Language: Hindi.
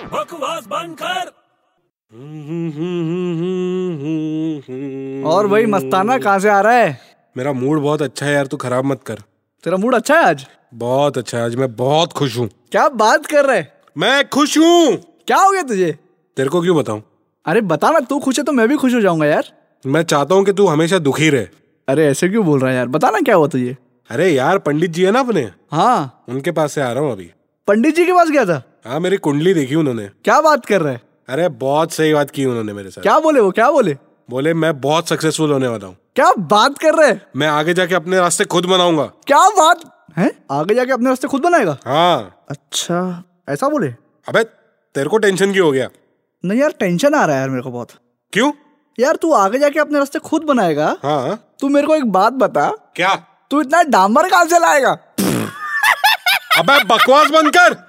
आवाज बंद कर और वही मस्ताना कहाँ से आ रहा है मेरा मूड बहुत अच्छा है यार तू खराब मत कर तेरा मूड अच्छा है आज बहुत अच्छा है आज मैं बहुत खुश हूँ क्या बात कर रहा है मैं खुश हूँ क्या हो गया तुझे तेरे को क्यों बताऊं अरे बता ना तू खुश है तो मैं भी खुश हो जाऊंगा यार मैं चाहता हूँ कि तू हमेशा दुखी रहे अरे ऐसे क्यों बोल रहा है यार बता ना क्या हुआ तुझे अरे यार पंडित जी है ना अपने हाँ उनके पास से आ रहा हूँ अभी पंडित जी के पास गया था हाँ मेरी कुंडली देखी उन्होंने क्या बात कर रहा है अरे बहुत सही बात की उन्होंने मेरे साथ क्या बोले वो क्या बोले बोले मैं बहुत सक्सेसफुल होने वाला हूँ क्या बात कर रहे है मैं आगे जाके अपने रास्ते खुद बनाऊंगा क्या बात है आगे जाके अपने रास्ते खुद बनाएगा हाँ अच्छा ऐसा बोले अबे तेरे को टेंशन क्यों हो गया नहीं यार टेंशन आ रहा है यार मेरे को बहुत क्यों यार तू आगे जाके अपने रास्ते खुद बनाएगा हाँ तू मेरे को एक बात बता क्या तू इतना डांबर कहाँ से लाएगा अबे बकवास बंद कर